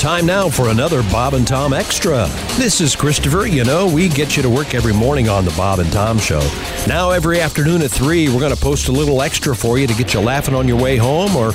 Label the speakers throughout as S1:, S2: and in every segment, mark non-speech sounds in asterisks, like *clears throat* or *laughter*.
S1: Time now for another Bob and Tom Extra. This is Christopher. You know, we get you to work every morning on the Bob and Tom Show. Now, every afternoon at 3, we're going to post a little extra for you to get you laughing on your way home or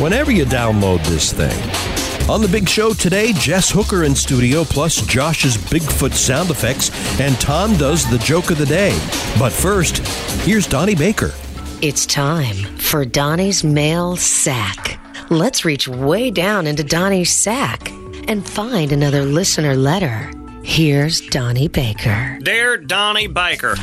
S1: whenever you download this thing. On the big show today, Jess Hooker in studio, plus Josh's Bigfoot sound effects, and Tom does the joke of the day. But first, here's Donnie Baker.
S2: It's time for Donnie's mail sack. Let's reach way down into Donnie's sack and find another listener letter. Here's Donnie Baker.
S3: Dear Donnie Baker,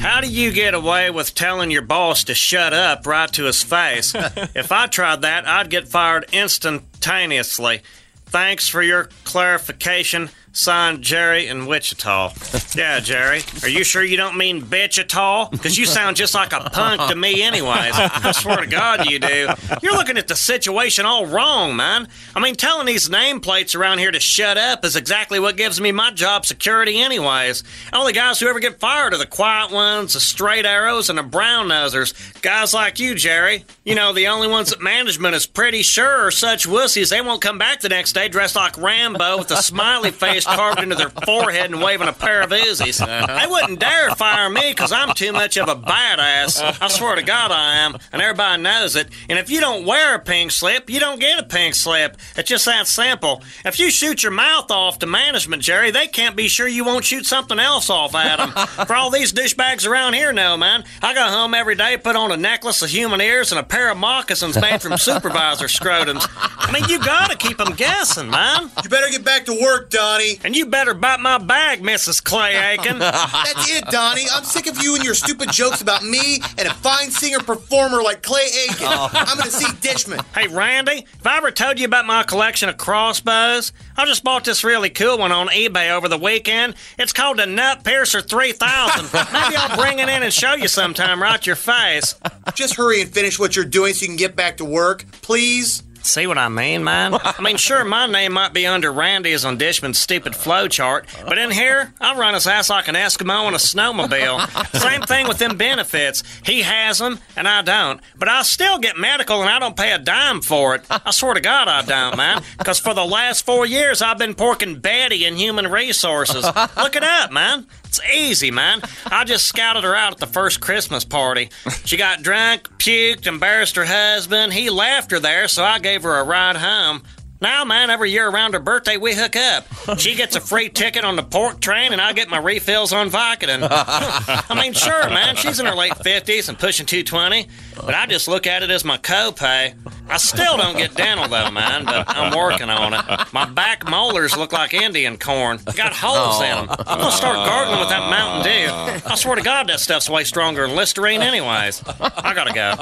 S3: how do you get away with telling your boss to shut up right to his face? if I tried that, I'd get fired instantaneously. Thanks for your clarification. Signed Jerry in Wichita. Yeah, Jerry. Are you sure you don't mean bitch at all? Because you sound just like a punk to me, anyways. I swear to God, you do. You're looking at the situation all wrong, man. I mean, telling these nameplates around here to shut up is exactly what gives me my job security, anyways. Only guys who ever get fired are the quiet ones, the straight arrows, and the brown nosers. Guys like you, Jerry. You know, the only ones that management is pretty sure are such wussies they won't come back the next day dressed like Rambo with a smiley face carved into their forehead and waving a pair of Uzis. They wouldn't dare fire me because I'm too much of a badass. I swear to God I am, and everybody knows it. And if you don't wear a pink slip, you don't get a pink slip. It's just that simple. If you shoot your mouth off to management, Jerry, they can't be sure you won't shoot something else off at them. For all these douchebags around here know, man, I go home every day, put on a necklace of human ears and a pair of moccasins made from supervisor scrotums. I mean, you gotta keep them guessing, man.
S4: You better get back to work, Donnie.
S3: And you better bite my bag, Mrs. Clay Aiken.
S4: That's it, Donnie. I'm sick of you and your stupid jokes about me and a fine singer performer like Clay Aiken. I'm gonna see Dishman.
S3: Hey, Randy, if I ever told you about my collection of crossbows, I just bought this really cool one on eBay over the weekend. It's called the Nut Piercer 3000. Maybe I'll bring it in and show you sometime right to your face.
S4: Just hurry and finish what you're doing so you can get back to work, please.
S3: See what I mean, man? I mean, sure, my name might be under Randy's on Dishman's stupid flow chart, but in here, I run his ass like an Eskimo on a snowmobile. Same thing with them benefits. He has them, and I don't. But I still get medical, and I don't pay a dime for it. I swear to God, I don't, man. Because for the last four years, I've been porking Betty in human resources. Look it up, man. It's easy, man. I just scouted her out at the first Christmas party. She got drunk, puked, embarrassed her husband. He left her there, so I gave her a ride home. Now, man, every year around her birthday, we hook up. She gets a free ticket on the pork train, and I get my refills on Vicodin. I mean, sure, man, she's in her late 50s and pushing 220, but I just look at it as my copay. I still don't get dental, though, man, but I'm working on it. My back molars look like Indian corn. They got holes in them. I'm going to start gargling with that Mountain Dew. I swear to God, that stuff's way stronger than Listerine, anyways. I got to go.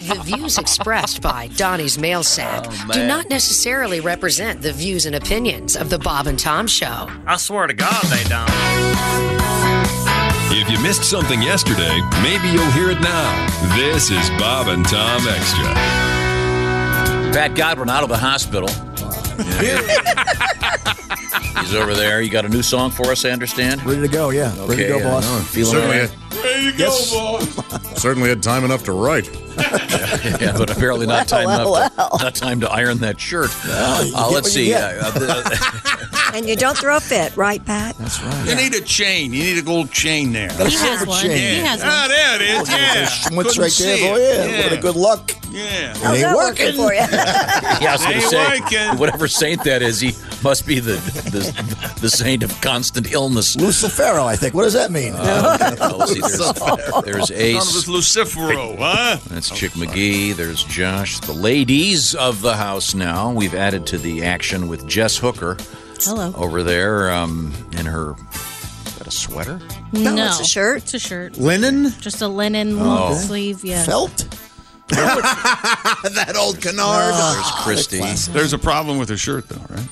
S2: The views expressed by Donnie's mail sack do not necessarily represent the views and opinions of the Bob and Tom Show.
S3: I swear to God, they don't.
S5: If you missed something yesterday, maybe you'll hear it now. This is Bob and Tom Extra.
S6: Fat Godwin out of the hospital. He's over there. You got a new song for us, I understand?
S7: Ready to go, yeah. Ready to go,
S6: Okay, I know.
S7: boss.
S6: Feeling all
S8: Certainly,
S6: right?
S8: had, certainly had time enough to write.
S6: Yeah, but apparently not time enough to, not time to iron that shirt. Uh, let's
S7: you
S6: see.
S7: get.
S6: Uh, uh, the-
S9: And you don't throw a fit, right, Pat?
S7: That's right.
S10: You need a chain. You need a gold chain there.
S7: Got a
S11: He has
S7: silver
S11: one.
S7: chain.
S11: He has one.
S10: there it is.
S7: Schmutz
S10: Couldn't
S7: right
S10: see
S7: there. Boy,
S10: it.
S7: yeah. Look at the good luck.
S10: Yeah.
S7: It
S9: How's
S7: ain't
S9: that working
S7: working.
S9: for you?
S6: yeah, I was going to
S10: Ain't
S6: say,
S10: working.
S6: whatever saint that is, he must be the the, the saint of constant illness.
S7: Lucifero, I think. What does that mean?
S6: Uh, let's see, there's,
S7: *laughs*
S6: there's Ace.
S10: Lucifero, huh?
S6: That's Chick McGee. There's Josh. The ladies of the house now. We've added to the action with Jess Hooker
S11: Hello.
S6: over there um, in her. Is that a sweater?
S9: No, it's a shirt.
S11: It's a shirt.
S10: Linen?
S11: Just a
S12: Oh.
S11: linen long sleeve. Yeah.
S7: Felt?
S10: that old canard.
S6: There's
S7: Ah,
S6: Christy.
S8: There's a problem with her shirt, though, right?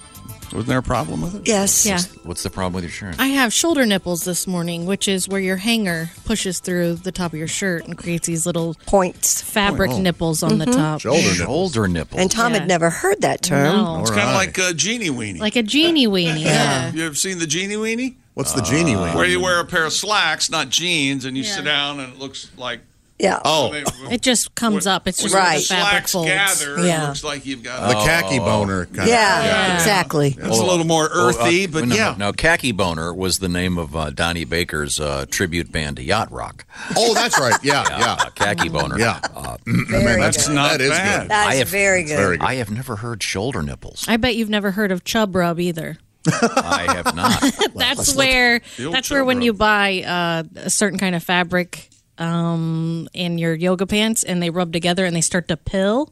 S8: Wasn't there a problem with it?
S9: Yes.
S11: Yeah.
S6: What's the problem with your shirt?
S11: I have shoulder nipples this morning, which is where your hanger pushes through the top of your shirt and creates these little
S9: Points.
S11: fabric
S10: Oh,
S11: nipples on
S9: Mm-hmm.
S11: the top.
S6: Shoulder nipple.
S9: And Tom
S11: Yeah.
S9: had never heard that term.
S11: No.
S8: It's kind of like a genie weenie.
S11: Like a genie weenie. Yeah.
S8: you ever seen the genie weenie?
S7: What's the genie
S8: Where you wear a pair of slacks, not jeans, and you sit down and it looks like
S9: Yeah.
S10: Oh.
S11: It just comes up. It's just
S10: When
S11: right.
S10: the
S11: the fabric
S10: slacks
S11: folds.
S10: gather, it looks like you've got
S6: Oh.
S10: the khaki boner.
S9: Yeah, exactly.
S10: That's a little more earthy, but
S6: no,
S10: yeah.
S6: Now, Khaki Boner was the name of uh, Donnie Baker's uh, tribute band to Yacht Rock.
S12: Oh, that's right.
S8: *laughs*
S12: Yeah, yeah.
S6: uh, khaki Boner.
S12: Yeah.
S6: Uh,
S12: Very Man, that's good. not
S6: that is
S12: bad.
S6: good.
S11: That
S6: I
S11: is
S6: have,
S11: very good. Very good.
S6: I have never heard shoulder nipples.
S11: *laughs* I bet you've never heard of chub rub either.
S6: I have
S11: *laughs*
S6: not.
S11: that's where
S6: The old
S11: that's where when
S6: chub
S11: you
S6: rub.
S11: buy uh, a certain kind of fabric um, in your yoga pants and they rub together and they start to pill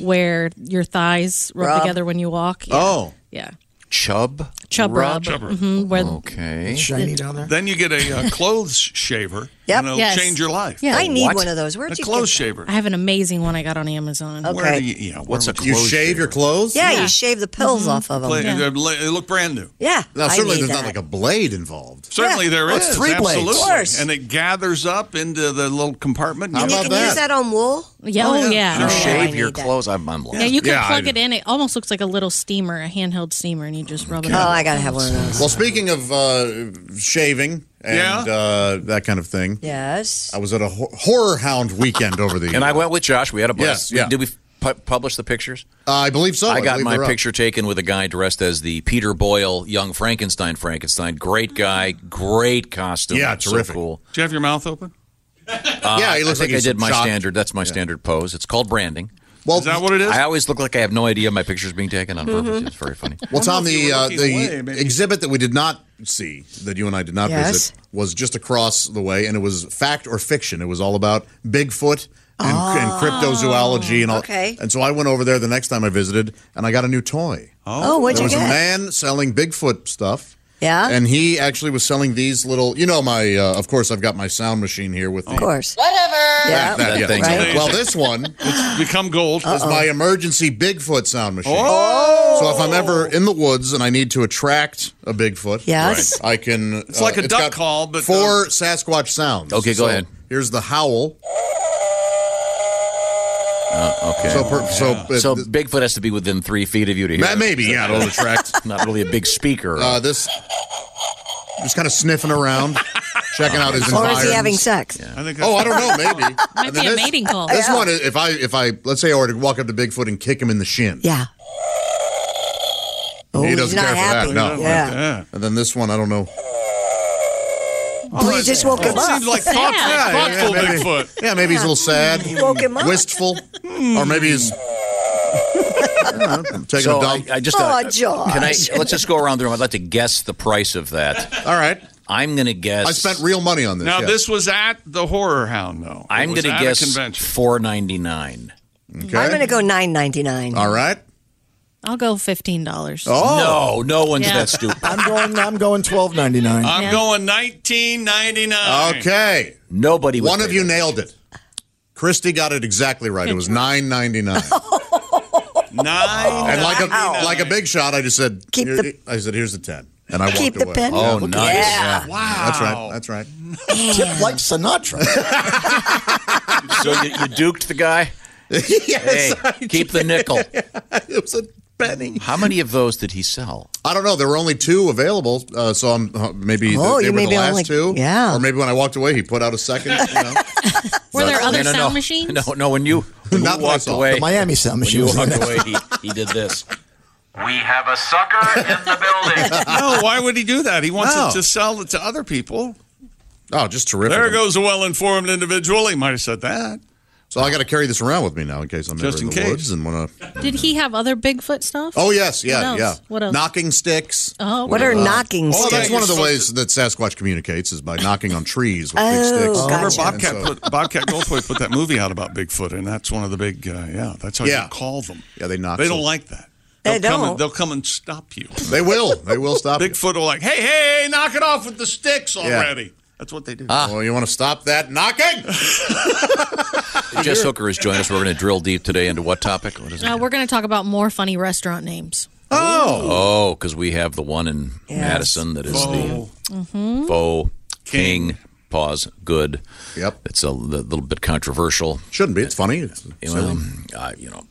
S11: where your thighs rub,
S6: Rub.
S11: together when you walk. Yeah.
S6: Oh.
S11: Yeah.
S6: Chub.
S11: Chub rub. Mhm, where
S6: Okay.
S11: Shiny down there.
S10: Then you get a
S12: *laughs*
S10: uh, clothes shaver.
S11: Yep.
S10: And it'll
S11: Yes.
S10: change your life.
S11: Yeah. I need What?
S10: one
S9: of those. Where'd
S10: a
S9: you get
S10: clothes
S9: that?
S10: shaver?
S11: I have an amazing one I got on Amazon.
S10: Where do you, yeah, what's a
S12: You
S10: clothes
S12: shave your clothes?
S9: Yeah, you shave the pills off of them.
S10: Play- uh, la- They look brand new.
S9: Yeah,
S12: Now,
S9: I
S12: certainly
S9: need
S12: there's not
S9: that.
S12: like a blade involved.
S10: Certainly
S9: Yeah.
S10: there
S9: Oh,
S10: is.
S9: it's three blades.
S10: absolutely.
S9: Of course.
S10: And it gathers up into the little compartment.
S9: and you can use that on wool.
S11: Yeah, oh, yeah.
S6: You
S11: Oh, yeah, I
S6: shave
S11: need
S6: your
S11: that.
S6: clothes. I'm, I'm lost.
S11: Yeah, you can
S12: Yeah, I
S11: plug
S12: do.
S11: it in. It almost looks like a little steamer, a handheld steamer, and you just rub it.
S9: Oh,
S12: Okay.
S11: up.
S12: Well, speaking of uh, shaving and
S11: Yeah.
S12: uh, that kind of thing,
S9: Yes.
S12: I was at a hor- horror hound weekend over the.
S6: And I went with Josh. We had a blast.
S12: Yes, yeah.
S6: Did we pu- publish the pictures?
S12: Uh, I believe so.
S6: I got
S12: believe they're
S6: my
S12: up.
S6: picture taken with a guy dressed as the Peter Boyle young Frankenstein. Frankenstein, great guy, great costume.
S10: Yeah,
S6: So
S10: terrific.
S6: cool.
S10: Do you have your mouth open?
S6: Uh,
S10: Yeah, he
S6: I-
S10: looks
S6: I think
S10: like he's
S6: I did my
S10: shocked.
S6: standard. That's my standard pose. It's called branding.
S12: Well,
S10: is that what it is?
S6: I always look like I have no idea my picture's being taken on purpose.
S12: Mhm.
S6: It's very funny.
S12: Well, Tom, the uh,
S10: looking away,
S12: the
S10: maybe.
S12: exhibit that we did not see, that you and I did not
S10: Yes.
S12: visit, was just across the way, and it was fact or fiction. It was all about Bigfoot and, and cryptozoology and all.
S9: okay.
S12: And so I went over there the next time I visited, and I got a new toy.
S9: Oh, what'd
S12: there
S9: you
S12: was
S9: get?
S12: a man selling Bigfoot stuff.
S9: Yeah.
S12: And he actually was selling these little, you know, my, uh, of course, I've got my sound machine here with the. Of
S9: course.
S13: Whatever.
S12: Yeah, that,
S10: That
S12: yeah.
S10: thing's amazing.
S12: Well, this one
S10: it's become gold. Oh,
S12: is my emergency Bigfoot sound machine. So if I'm ever
S9: Oh.
S12: in the woods and I need to attract a Bigfoot,
S10: Yes.
S12: I can. uh,
S10: It's like a duck
S12: got
S10: call, but, uh,
S12: four Sasquatch sounds.
S6: Okay, go ahead.
S12: Here's the howl.
S6: Uh, okay.
S12: So per-
S10: Oh,
S12: so, uh,
S6: so Bigfoot has to be within three feet of you to hear.
S12: That
S6: it.
S12: may be, yeah, it'll attract.
S6: Not really a big speaker.
S12: *laughs* Uh, this just kind of sniffing around, checking out his
S9: Or
S12: environment.
S9: is he having sex?
S10: I think
S12: Oh, I don't
S9: *laughs*
S12: know. Maybe
S11: Might
S12: And then
S11: be a
S12: this-
S11: mating call.
S12: This
S11: Yeah.
S12: one, if I if I let's say I were to walk up to Bigfoot and kick him in the shin,
S9: yeah, Oh,
S12: he
S9: he's
S12: doesn't
S9: not
S12: care
S9: happy.
S12: for that. No,
S9: Yeah.
S12: And then this one, I don't know.
S9: Well, you just woke him up.
S10: seems like thoughtful,
S9: Yeah.
S10: thoughtful
S12: maybe,
S10: Bigfoot.
S12: Yeah, maybe he's a little sad,
S9: You woke him up. Hmm.
S12: wistful, or maybe he's I don't know, taking
S6: so
S12: a dump.
S6: I, I just
S9: Aw,
S6: uh, Can I?
S9: Josh.
S6: Let's just go around the room. I'd like to guess the price of that.
S12: All right.
S6: I'm going to guess.
S12: Uh, I spent real money on this.
S10: Now,
S12: yeah.
S10: this was at the Horror Hound, though. It
S6: I'm
S10: was
S6: going to
S10: at a
S6: guess
S10: convention.
S6: four ninety nine.
S9: I'm going to go nine ninety nine.
S12: All right.
S11: I'll go fifteen dollars.
S6: Oh. no,
S12: Oh.
S6: no one's
S11: Yeah.
S6: that stupid.
S7: I'm going. I'm going twelve ninety nine.
S12: Uh,
S10: I'm going 1999.
S12: Okay.
S6: Nobody.
S12: One of you nailed it. Christy got it exactly right. It
S9: *laughs*
S12: was nine ninety nine.
S10: Nine.
S12: And Oh, like a like a big shot, I just said.
S9: Keep
S12: "Here-
S9: the-
S12: I said, "Here's the ten. And I
S9: Keep
S12: walked
S9: the
S12: away.
S9: pen?
S6: Oh,
S12: Yeah.
S6: nice.
S9: Yeah.
S10: Wow.
S12: That's right. That's right. *laughs*
S7: Tip like Sinatra.
S6: So you, you duked the guy.
S12: yes.
S6: hey, keep the nickel.
S12: It was a penny.
S6: How many of those did he sell?
S12: I don't know. There were only two available, uh, so I'm uh, maybe
S9: Oh,
S12: they
S9: you
S12: were
S9: may
S12: the
S9: be
S12: last
S9: only-
S12: two.
S9: yeah.
S12: Or maybe when I walked away, he put out a second. You know?
S11: *laughs* Were there other
S6: no, no, no.
S11: sound machines?
S6: No, no. When you, when you
S12: Not that I
S6: walked
S12: saw.
S6: away,
S7: The Miami sound
S6: when
S7: machine.
S6: you
S7: was
S6: walked
S7: next.
S6: away, he, he did this.
S13: We have a sucker in the building.
S10: no, why would he do that? He wants
S12: No.
S10: it to sell it to other people.
S12: Oh, just terrific.
S10: There goes a well-informed individual. He might have said that.
S12: So I got to carry this around with me now in case I'm
S10: Just
S12: ever in,
S10: in
S12: the
S10: case.
S12: woods and want to.
S11: Did he have other Bigfoot stuff?
S12: Oh yes, yeah,
S11: What
S12: yeah.
S11: else? What else?
S12: Knocking sticks.
S11: Oh,
S9: What
S11: okay.
S9: are knocking
S10: Oh,
S12: That's
S9: sticks?
S10: thank
S12: one of the
S10: Supposed
S12: ways that Sasquatch communicates is by knocking on trees with big
S9: Oh,
S12: sticks.
S9: gotcha.
S10: Remember
S9: Gotcha.
S10: Bobcat
S12: And so-
S10: put, Bobcat Goldthwait put that movie out about Bigfoot, and that's one of the big. Uh, yeah, that's how
S12: Yeah.
S10: you call them.
S12: Yeah, they knock.
S10: They don't
S12: some-
S10: like that.
S9: They
S10: They'll come and-
S9: don't.
S10: they'll come and stop you.
S12: They will. They will stop. you.
S10: Bigfoot will like, hey, hey, hey, knock it off with the sticks already. That's what they do.
S12: Ah. Well, you want to stop that knocking?
S6: Jess Hooker has joined us. We're going to drill deep today into what topic? What is it?
S11: Uh, we're going to talk about more funny restaurant names.
S6: Oh, because we have the one in Madison that is the faux king. pause good.
S12: Yep.
S6: It's a li- little bit controversial.
S12: Shouldn't be. It's funny. It's
S6: You
S12: silly.
S6: know, I, you know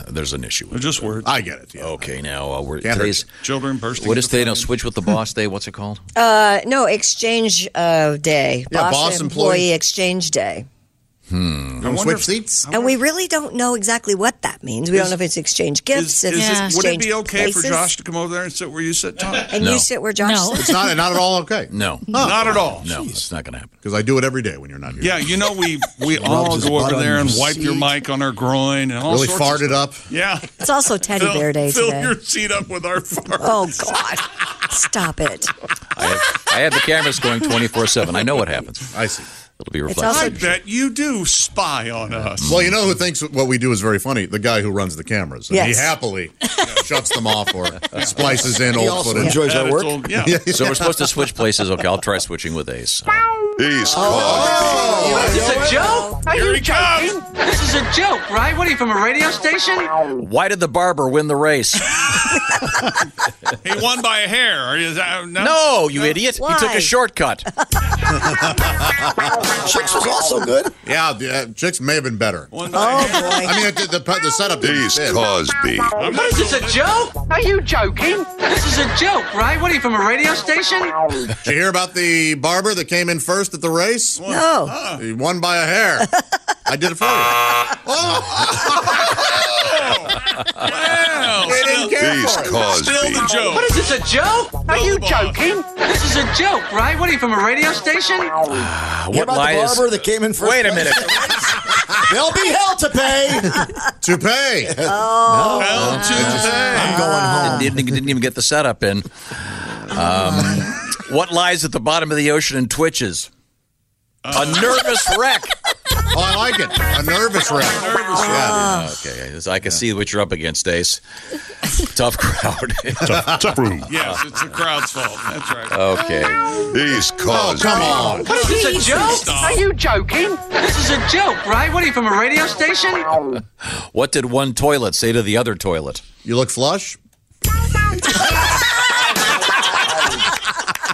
S6: *clears throat* there's an issue.
S10: They're
S6: With it.
S10: just words.
S12: I get it. Yeah.
S10: Oh,
S6: Okay, now uh, we're
S12: Can't hurt
S6: today's.
S10: Children bursting.
S6: What is
S10: into
S6: today? No,
S10: flames.
S6: switch with the boss day. What's it called?
S9: Uh, no, exchange uh, day.
S12: Yeah, boss employee.
S9: exchange day.
S6: Hmm.
S12: You wanna
S9: wonder
S12: switch
S9: if-
S12: seats?
S9: And we really don't know exactly what that means. We
S10: Is-
S9: don't know if it's exchange gifts. if
S10: Is
S9: it's
S10: it, would it
S9: exchange
S10: be okay
S9: places.
S10: for Josh to come over there and sit where you Oh, sit, Tom?
S9: And you sit where Josh
S12: *laughs*
S9: sits.
S12: okay.
S6: No,
S10: not at all.
S6: No, it's not going to happen.
S12: Because I do it every day when you're not here.
S10: Yeah, you know we we
S12: Rubs
S10: all
S12: his
S10: go
S12: butt
S10: over
S12: on
S10: there
S12: your
S10: and wipe your
S12: seat.
S10: mic on our groin and all
S12: Really
S10: sorts of
S12: farted up.
S10: Yeah,
S9: It's also Teddy
S10: Fill-
S9: Bear Day
S10: Fill
S9: today.
S10: your seat up with our
S9: *laughs*
S10: farts.
S9: Oh God! Stop it.
S6: I, have, I have the cameras going 24 7. I know what happens.
S12: I see.
S6: It'll be
S10: I
S6: reflected.
S10: bet you do spy on us.
S12: Well, you know who thinks what we do is very funny? The guy who runs the cameras. And
S10: Yes.
S12: He happily shuts them off or splices in
S6: He
S12: old
S6: also
S12: footage.
S6: enjoys our work.
S12: *laughs* yeah.
S6: So we're supposed to switch places. Okay, I'll try switching with Ace. Uh,
S14: Ace
S6: It's a joke?
S14: Are you joking? This is a joke, right? What are you from a radio station?
S6: Why did the barber win
S7: *laughs*
S6: the race?
S10: He won by a hair. Are you- uh, no?
S6: No, you idiot. He took
S10: Why?
S7: *laughs*
S6: a shortcut.
S12: Chicks was also good. Yeah, the, uh, Chicks may have been better. Oh, boy. I mean, the, the, the setup Ace Cosby.
S14: This is a joke? Are you joking? This is a joke, right? What are you from a radio station?
S12: Did you hear about the barber that came in first at the race?
S14: No.
S12: He won by a hair. I did it for you. Oh.
S14: We
S12: didn't care He's for it. Cosby.
S14: Still the joke. What is this, a joke? Are you joking? This is a joke, right? What are you from a radio station?
S6: What
S7: Hear about
S6: lie
S7: the
S6: is-
S7: barber that came in first?
S6: Wait a
S7: place?
S6: minute.
S7: *laughs* There'll be hell to pay.
S12: to *laughs* pay.
S7: Oh.
S6: I'm going home. Didn't, didn't even get the setup in.
S7: *laughs*
S6: Um, what lies at the bottom of the ocean and twitches?
S7: Uh.
S6: a nervous
S7: *laughs*
S6: wreck.
S12: Oh, I like it. A nervous wreck.
S6: Uh, Okay, so I can see what you're up against,
S7: *laughs*
S6: Ace. Tough crowd. *laughs*
S10: Tough- tough
S6: room.
S10: Yes, it's the crowd's fault. That's right.
S6: Okay.
S5: He's
S12: Oh,
S5: Cosby.
S14: What is this, a joke? Are you joking? This is a joke, right? What are you from a radio station?
S6: What did one toilet say to the other toilet?
S12: You look flush.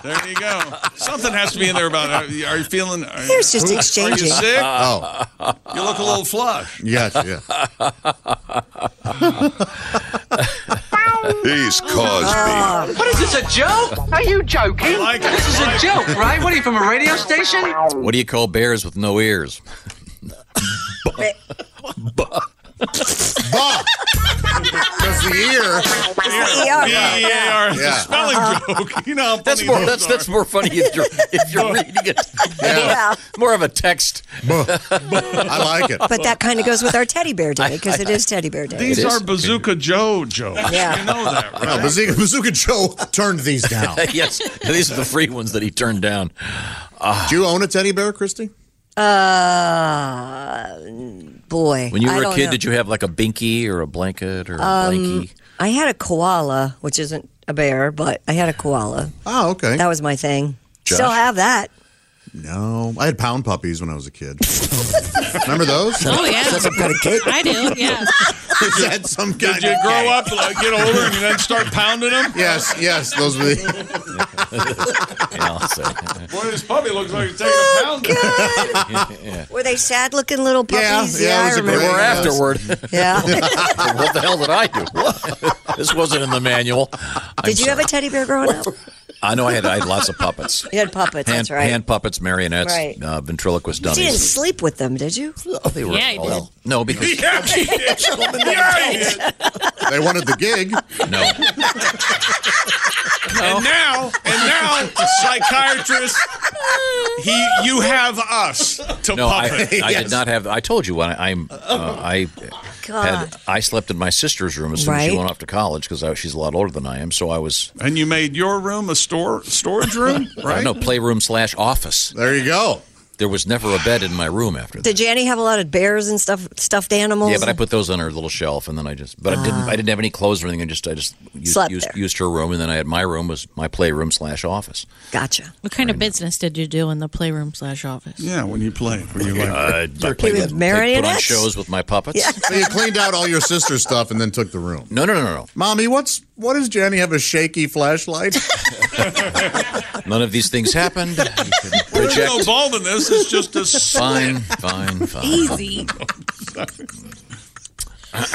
S10: There you go. Something has to be in there about. Are, are you feeling? Are,
S9: Here's just
S10: are you
S9: exchanging.
S10: sick?
S12: Oh.
S10: You look a little flush.
S12: Yes, *laughs* yeah.
S5: He's Cosby.
S14: What is this, a joke? Are you joking? this is a joke, right? What are you from a radio station?
S6: What do you call bears with no ears?
S12: Bah! Because the ear.
S9: E
S14: Yeah.
S10: Yeah, it's a
S12: Yeah.
S10: spelling
S14: Uh-huh.
S10: joke. *laughs* You know how
S6: That's
S10: funny
S6: more.
S10: those
S6: That's
S10: are.
S6: that's more funny if you're
S7: *laughs*
S6: if you're reading it.
S9: Yeah.
S6: More of a text.
S12: I like it.
S9: But that kind of goes with our Teddy Bear Day because it is Teddy Bear Day.
S10: These are Bazooka Joe jokes.
S9: Yeah.
S10: You know that, right?
S12: No, Bazooka, Bazooka Joe turned these down. *laughs*
S6: *laughs* yes, these are the free ones that he turned down.
S12: Do you own a teddy bear, Christy?
S9: Uh, boy.
S6: When you
S9: I
S6: were a
S9: don't
S6: kid,
S9: know.
S6: did you have like a binky or a blanket or a blankie?
S9: *laughs* Um, I had a koala, which isn't a bear, but I had a koala.
S12: Oh, okay.
S9: That was my thing.
S12: Josh?
S9: Still have that.
S12: No, I had pound puppies when I was a kid. *laughs* Remember those?
S6: *laughs*
S11: Oh, yeah.
S12: Is that some kind of cake?
S11: I do. Yeah.
S12: Is that some kind
S10: Did you
S12: of
S10: grow
S12: cake?
S10: up, like, get older, and then start pounding them?
S12: Yes, yes, those were
S9: *laughs*
S12: the.
S10: Boy, this puppy looks like he's taking a pound.
S9: Were they sad looking little puppies?
S12: yeah, it
S9: I
S12: was a
S9: remember.
S12: great-
S6: Or
S12: Yeah.
S6: afterward. *laughs*
S9: Yeah.
S12: *laughs*
S6: what the hell did I do? *laughs* this wasn't in the manual.
S9: *laughs*
S6: I'm
S9: Did you have a teddy bear growing up?
S6: I know I had, I had lots of puppets.
S9: You had puppets, *laughs*
S6: Hand,
S9: that's right.
S6: hand puppets, marionettes,
S9: Right.
S6: uh, ventriloquist
S9: you didn't
S6: dummies. Oh,
S9: sleep with them, did you?
S6: They were
S9: Yeah, you
S6: all-
S9: *laughs*
S6: No, because
S10: Yeah, he did. Yeah, he did.
S12: *laughs* They wanted the
S9: *laughs*
S12: gig.
S6: no,
S10: And now, and now, psychiatrist, he, you have us to
S9: *laughs*
S6: no, I,
S10: puppet.
S6: *laughs* I did not have. I told you when I, I'm. Uh,
S9: Oh.
S6: I had. I slept in my sister's room as soon as she
S9: Right.
S6: went off to college because she's a lot older than I am. So I was.
S10: And you made your room a store storage room,
S6: *laughs* I don't
S10: right?
S6: know, playroom slash office.
S12: There you go.
S6: There was never a bed in my room after that.
S9: Did Janny have a lot of bears and stuff, stuffed animals?
S6: Yeah, but I put those on her little shelf, and then I just. But I didn't. I didn't have any clothes or anything. I just. I just used,
S9: Ah. Slept
S6: used,
S9: there.
S6: used her room, and then I had my room was my playroom slash office.
S9: Gotcha.
S11: *laughs* What kind of business did you do in the playroom slash office?
S10: Yeah, when you played, when you like,
S6: Uh, I
S9: with
S6: played with- put on
S9: marionettes?
S6: shows with my puppets.
S12: So you cleaned out all your sister's stuff and then took the room.
S6: No, no, no, no.
S12: Mommy, what's what does Jenny have a shaky flashlight?
S6: None of these things happened.
S9: *laughs*
S6: You can
S10: there's
S6: project.
S10: no ball in
S6: *laughs*
S10: Oh, this. It's just a
S6: Fine, fine, fine.
S11: Easy.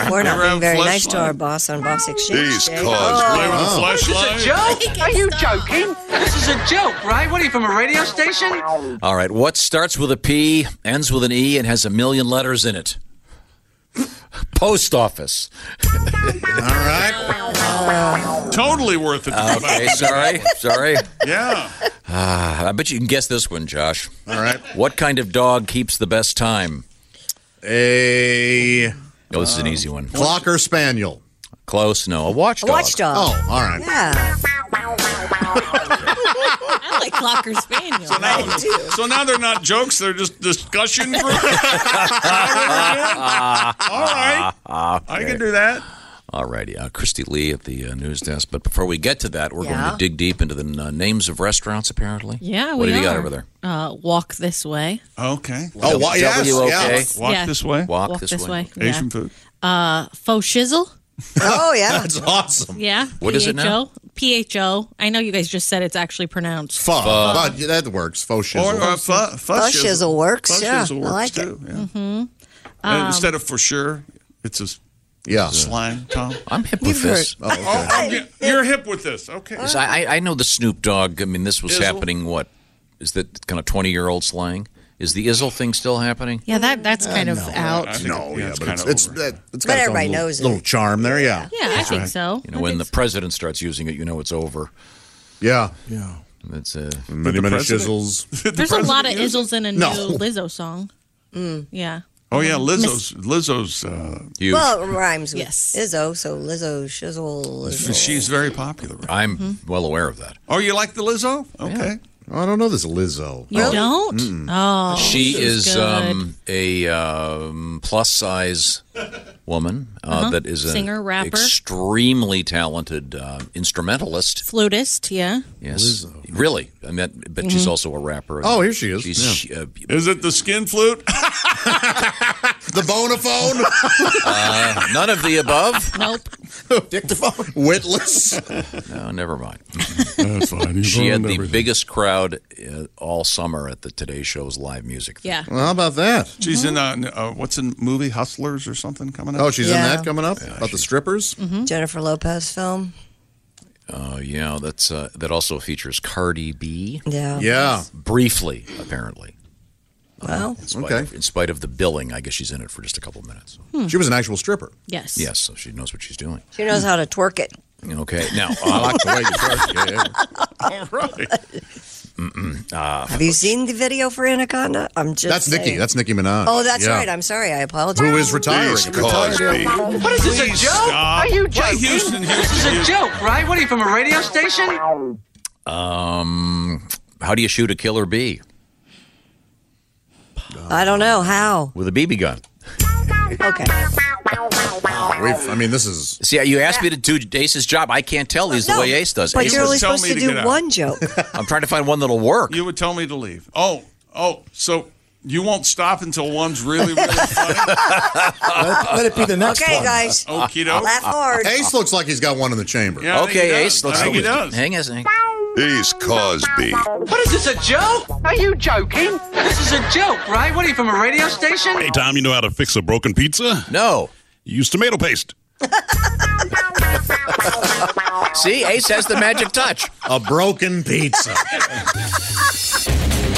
S9: We're not
S14: Ever have
S9: being very nice to
S14: fleshlight?
S9: our boss on
S14: Oh,
S9: Boss Exchange.
S14: These
S9: Day.
S14: cars play with a
S9: Oh.
S14: This is a joke? Are you joking? This is a joke, right? What are you from a radio station?
S6: All right. What starts with a P, ends with an E, and has a million letters in it? Post office. All right.
S10: Totally worth it.
S6: Okay. Sorry. Sorry.
S10: Yeah.
S6: Ah, I bet you can guess this one, Josh.
S12: All right.
S6: What kind of dog keeps the best time?
S12: A.
S6: Oh, this is an easy one.
S12: Clocker Spaniel.
S6: Close. No, a watchdog.
S9: Watchdog.
S12: Oh, all right.
S9: Yeah.
S11: I like Clocker Spaniel.
S10: So now, so now they're not jokes; they're just discussion group. *laughs* All
S6: *laughs*
S10: right. I can do that.
S6: All righty. Uh, Christy Lee at the uh, news desk. But before we get to that, we're going
S11: Yeah.
S6: to dig deep into the uh, names of restaurants, apparently.
S11: Yeah,
S6: What
S11: we
S6: do you got
S11: are.
S6: over there?
S11: Uh, walk this way.
S10: Okay.
S6: Oh, wa- yes,
S10: W-O-K.
S6: yes.
S10: Walk
S11: Yeah.
S10: this way.
S11: Walk Walk this this way. way,
S10: Asian
S11: yeah.
S10: food.
S11: Uh, faux shizzle.
S9: Oh yeah.
S12: That's awesome.
S11: Yeah.
S12: What is it now?
S11: PHO. I know you guys just said it's actually pronounced
S12: Pho.
S11: pho.
S12: But that works. Faux shizzle.
S10: Or uh, fu- fu-
S9: Fuzz shizzle works.
S10: Fuzz
S9: yeah,
S10: shizzle
S9: I
S10: works
S9: like
S10: too.
S9: it. Mm-hmm.
S10: yeah.
S11: Mhm.
S10: And
S11: Um,
S10: instead of for sure, it's a s-
S12: yeah.
S10: slang,
S9: *laughs*
S10: Tom.
S6: I'm hip with this.
S10: Oh, I'm ge- you're hip with this. Okay.
S9: Uh,
S10: *laughs*
S6: Is- I, I- I know the Snoop Dogg. I mean, this was
S10: Izzle.
S6: happening. What is that kind of twenty-year-old slang? Is the Izzle thing still happening?
S11: yeah, that that's kind of out.
S12: No, yeah,
S6: it's
S12: but
S6: kinda
S12: it's, it's, that, it's
S11: But
S12: got its own
S11: everybody
S12: little,
S11: knows it.
S12: little charm there, yeah.
S11: Yeah, I think so.
S6: You know, when the president starts using it, you know it's over.
S12: Yeah.
S6: Yeah. That's uh,
S12: Many, many shizzles.
S11: There's a lot of izzles in a new
S10: No.
S11: Lizzo song. Yeah.
S10: Oh yeah, Lizzo's Lizzo's uh,
S9: Well, it rhymes with
S11: Yes.
S9: Izzo, so Lizzo shizzle. Lizzo.
S10: She's very popular.
S6: I'm
S11: mm-hmm.
S6: well aware of that.
S10: Oh, you like the Lizzo? Okay.
S12: I don't know this Lizzo.
S11: You don't? Oh.
S6: she
S11: this
S6: is,
S11: good.
S6: um, a um, plus size woman uh,
S11: Uh-huh.
S6: that is an
S11: Singer, rapper.
S6: extremely talented uh, instrumentalist.
S11: flutist. Yeah.
S6: Yes, really. I mean, that- but she's
S11: Mhm.
S6: also a rapper.
S11: Oh,
S12: here she is.
S6: She's, she- uh,
S10: Is it the skin flute? *laughs*
S12: the *laughs* bonaphone?
S6: uh, none of the above.
S11: Nope.
S12: Dictaphone? Witless?
S6: No, never mind.
S10: That's fine. You
S6: She had
S10: ruined
S6: the
S10: everything.
S6: biggest crowd uh, all summer at the Today Show's live music.
S11: Yeah.
S12: Well, how about that?
S10: She's in uh, uh, what's in movie Hustlers or something coming up.
S12: Oh, she's
S9: Yeah.
S12: in that coming up? about the strippers?
S9: Jennifer Lopez film.
S6: Uh, yeah, that's uh, that also features Cardi B.
S9: Yeah.
S12: Yeah.
S6: briefly apparently.
S9: Well,
S6: in spite
S12: okay.
S6: Of, in spite of the billing, I guess she's in it for just a couple minutes.
S9: Hmm.
S12: She was an actual stripper.
S11: Yes.
S6: Yes, so she knows what she's doing.
S9: She knows how to twerk it.
S6: Okay, now *laughs* uh,
S12: I like the way you twerk. Yeah,
S10: All right.
S6: Mm-mm. Uh,
S9: Have you seen the video for Anaconda? I'm just.
S12: That's Nicki.
S9: saying.
S12: That's Nicki Minaj.
S9: Oh, that's
S12: Yeah.
S9: right. I'm sorry. I apologize.
S12: Who is retiring.
S9: She
S12: Cosby.
S9: retired.
S14: What is this, a joke? Are you joking? this is a joke, right? What are you from a radio station?
S6: um, how do you shoot a killer bee
S9: I don't know how.
S6: with a BB gun?
S9: Okay.
S12: We've, Oh, I mean, this is.
S6: See, you asked me to do Ace's job. I can't tell these the
S10: No,
S6: way Ace does.
S10: but
S6: Ace
S10: you're
S6: would
S10: only
S6: tell
S10: supposed
S6: me
S10: to do
S6: get out.
S10: one
S9: joke.
S6: I'm trying to find one that'll work.
S10: You would tell me to leave. Oh, oh, so you won't stop until one's really, really
S9: *laughs*
S10: funny.
S7: Let, let it be the next
S9: Okay,
S7: one.
S6: *laughs*
S9: guys.
S10: Okie doke.
S9: Laugh hard.
S12: *laughs* Ace looks like he's got one in the chamber.
S10: Yeah, I think he does. I think he does.
S6: Hang on. Hang.
S5: Ace Cosby.
S14: What is this, a joke? Are you joking? This is a joke, right? What are you from a radio station?
S15: Hey, Tom, you know how to fix a broken pizza?
S6: No.
S15: Use tomato paste.
S6: See, Ace has the magic touch.
S12: A broken pizza.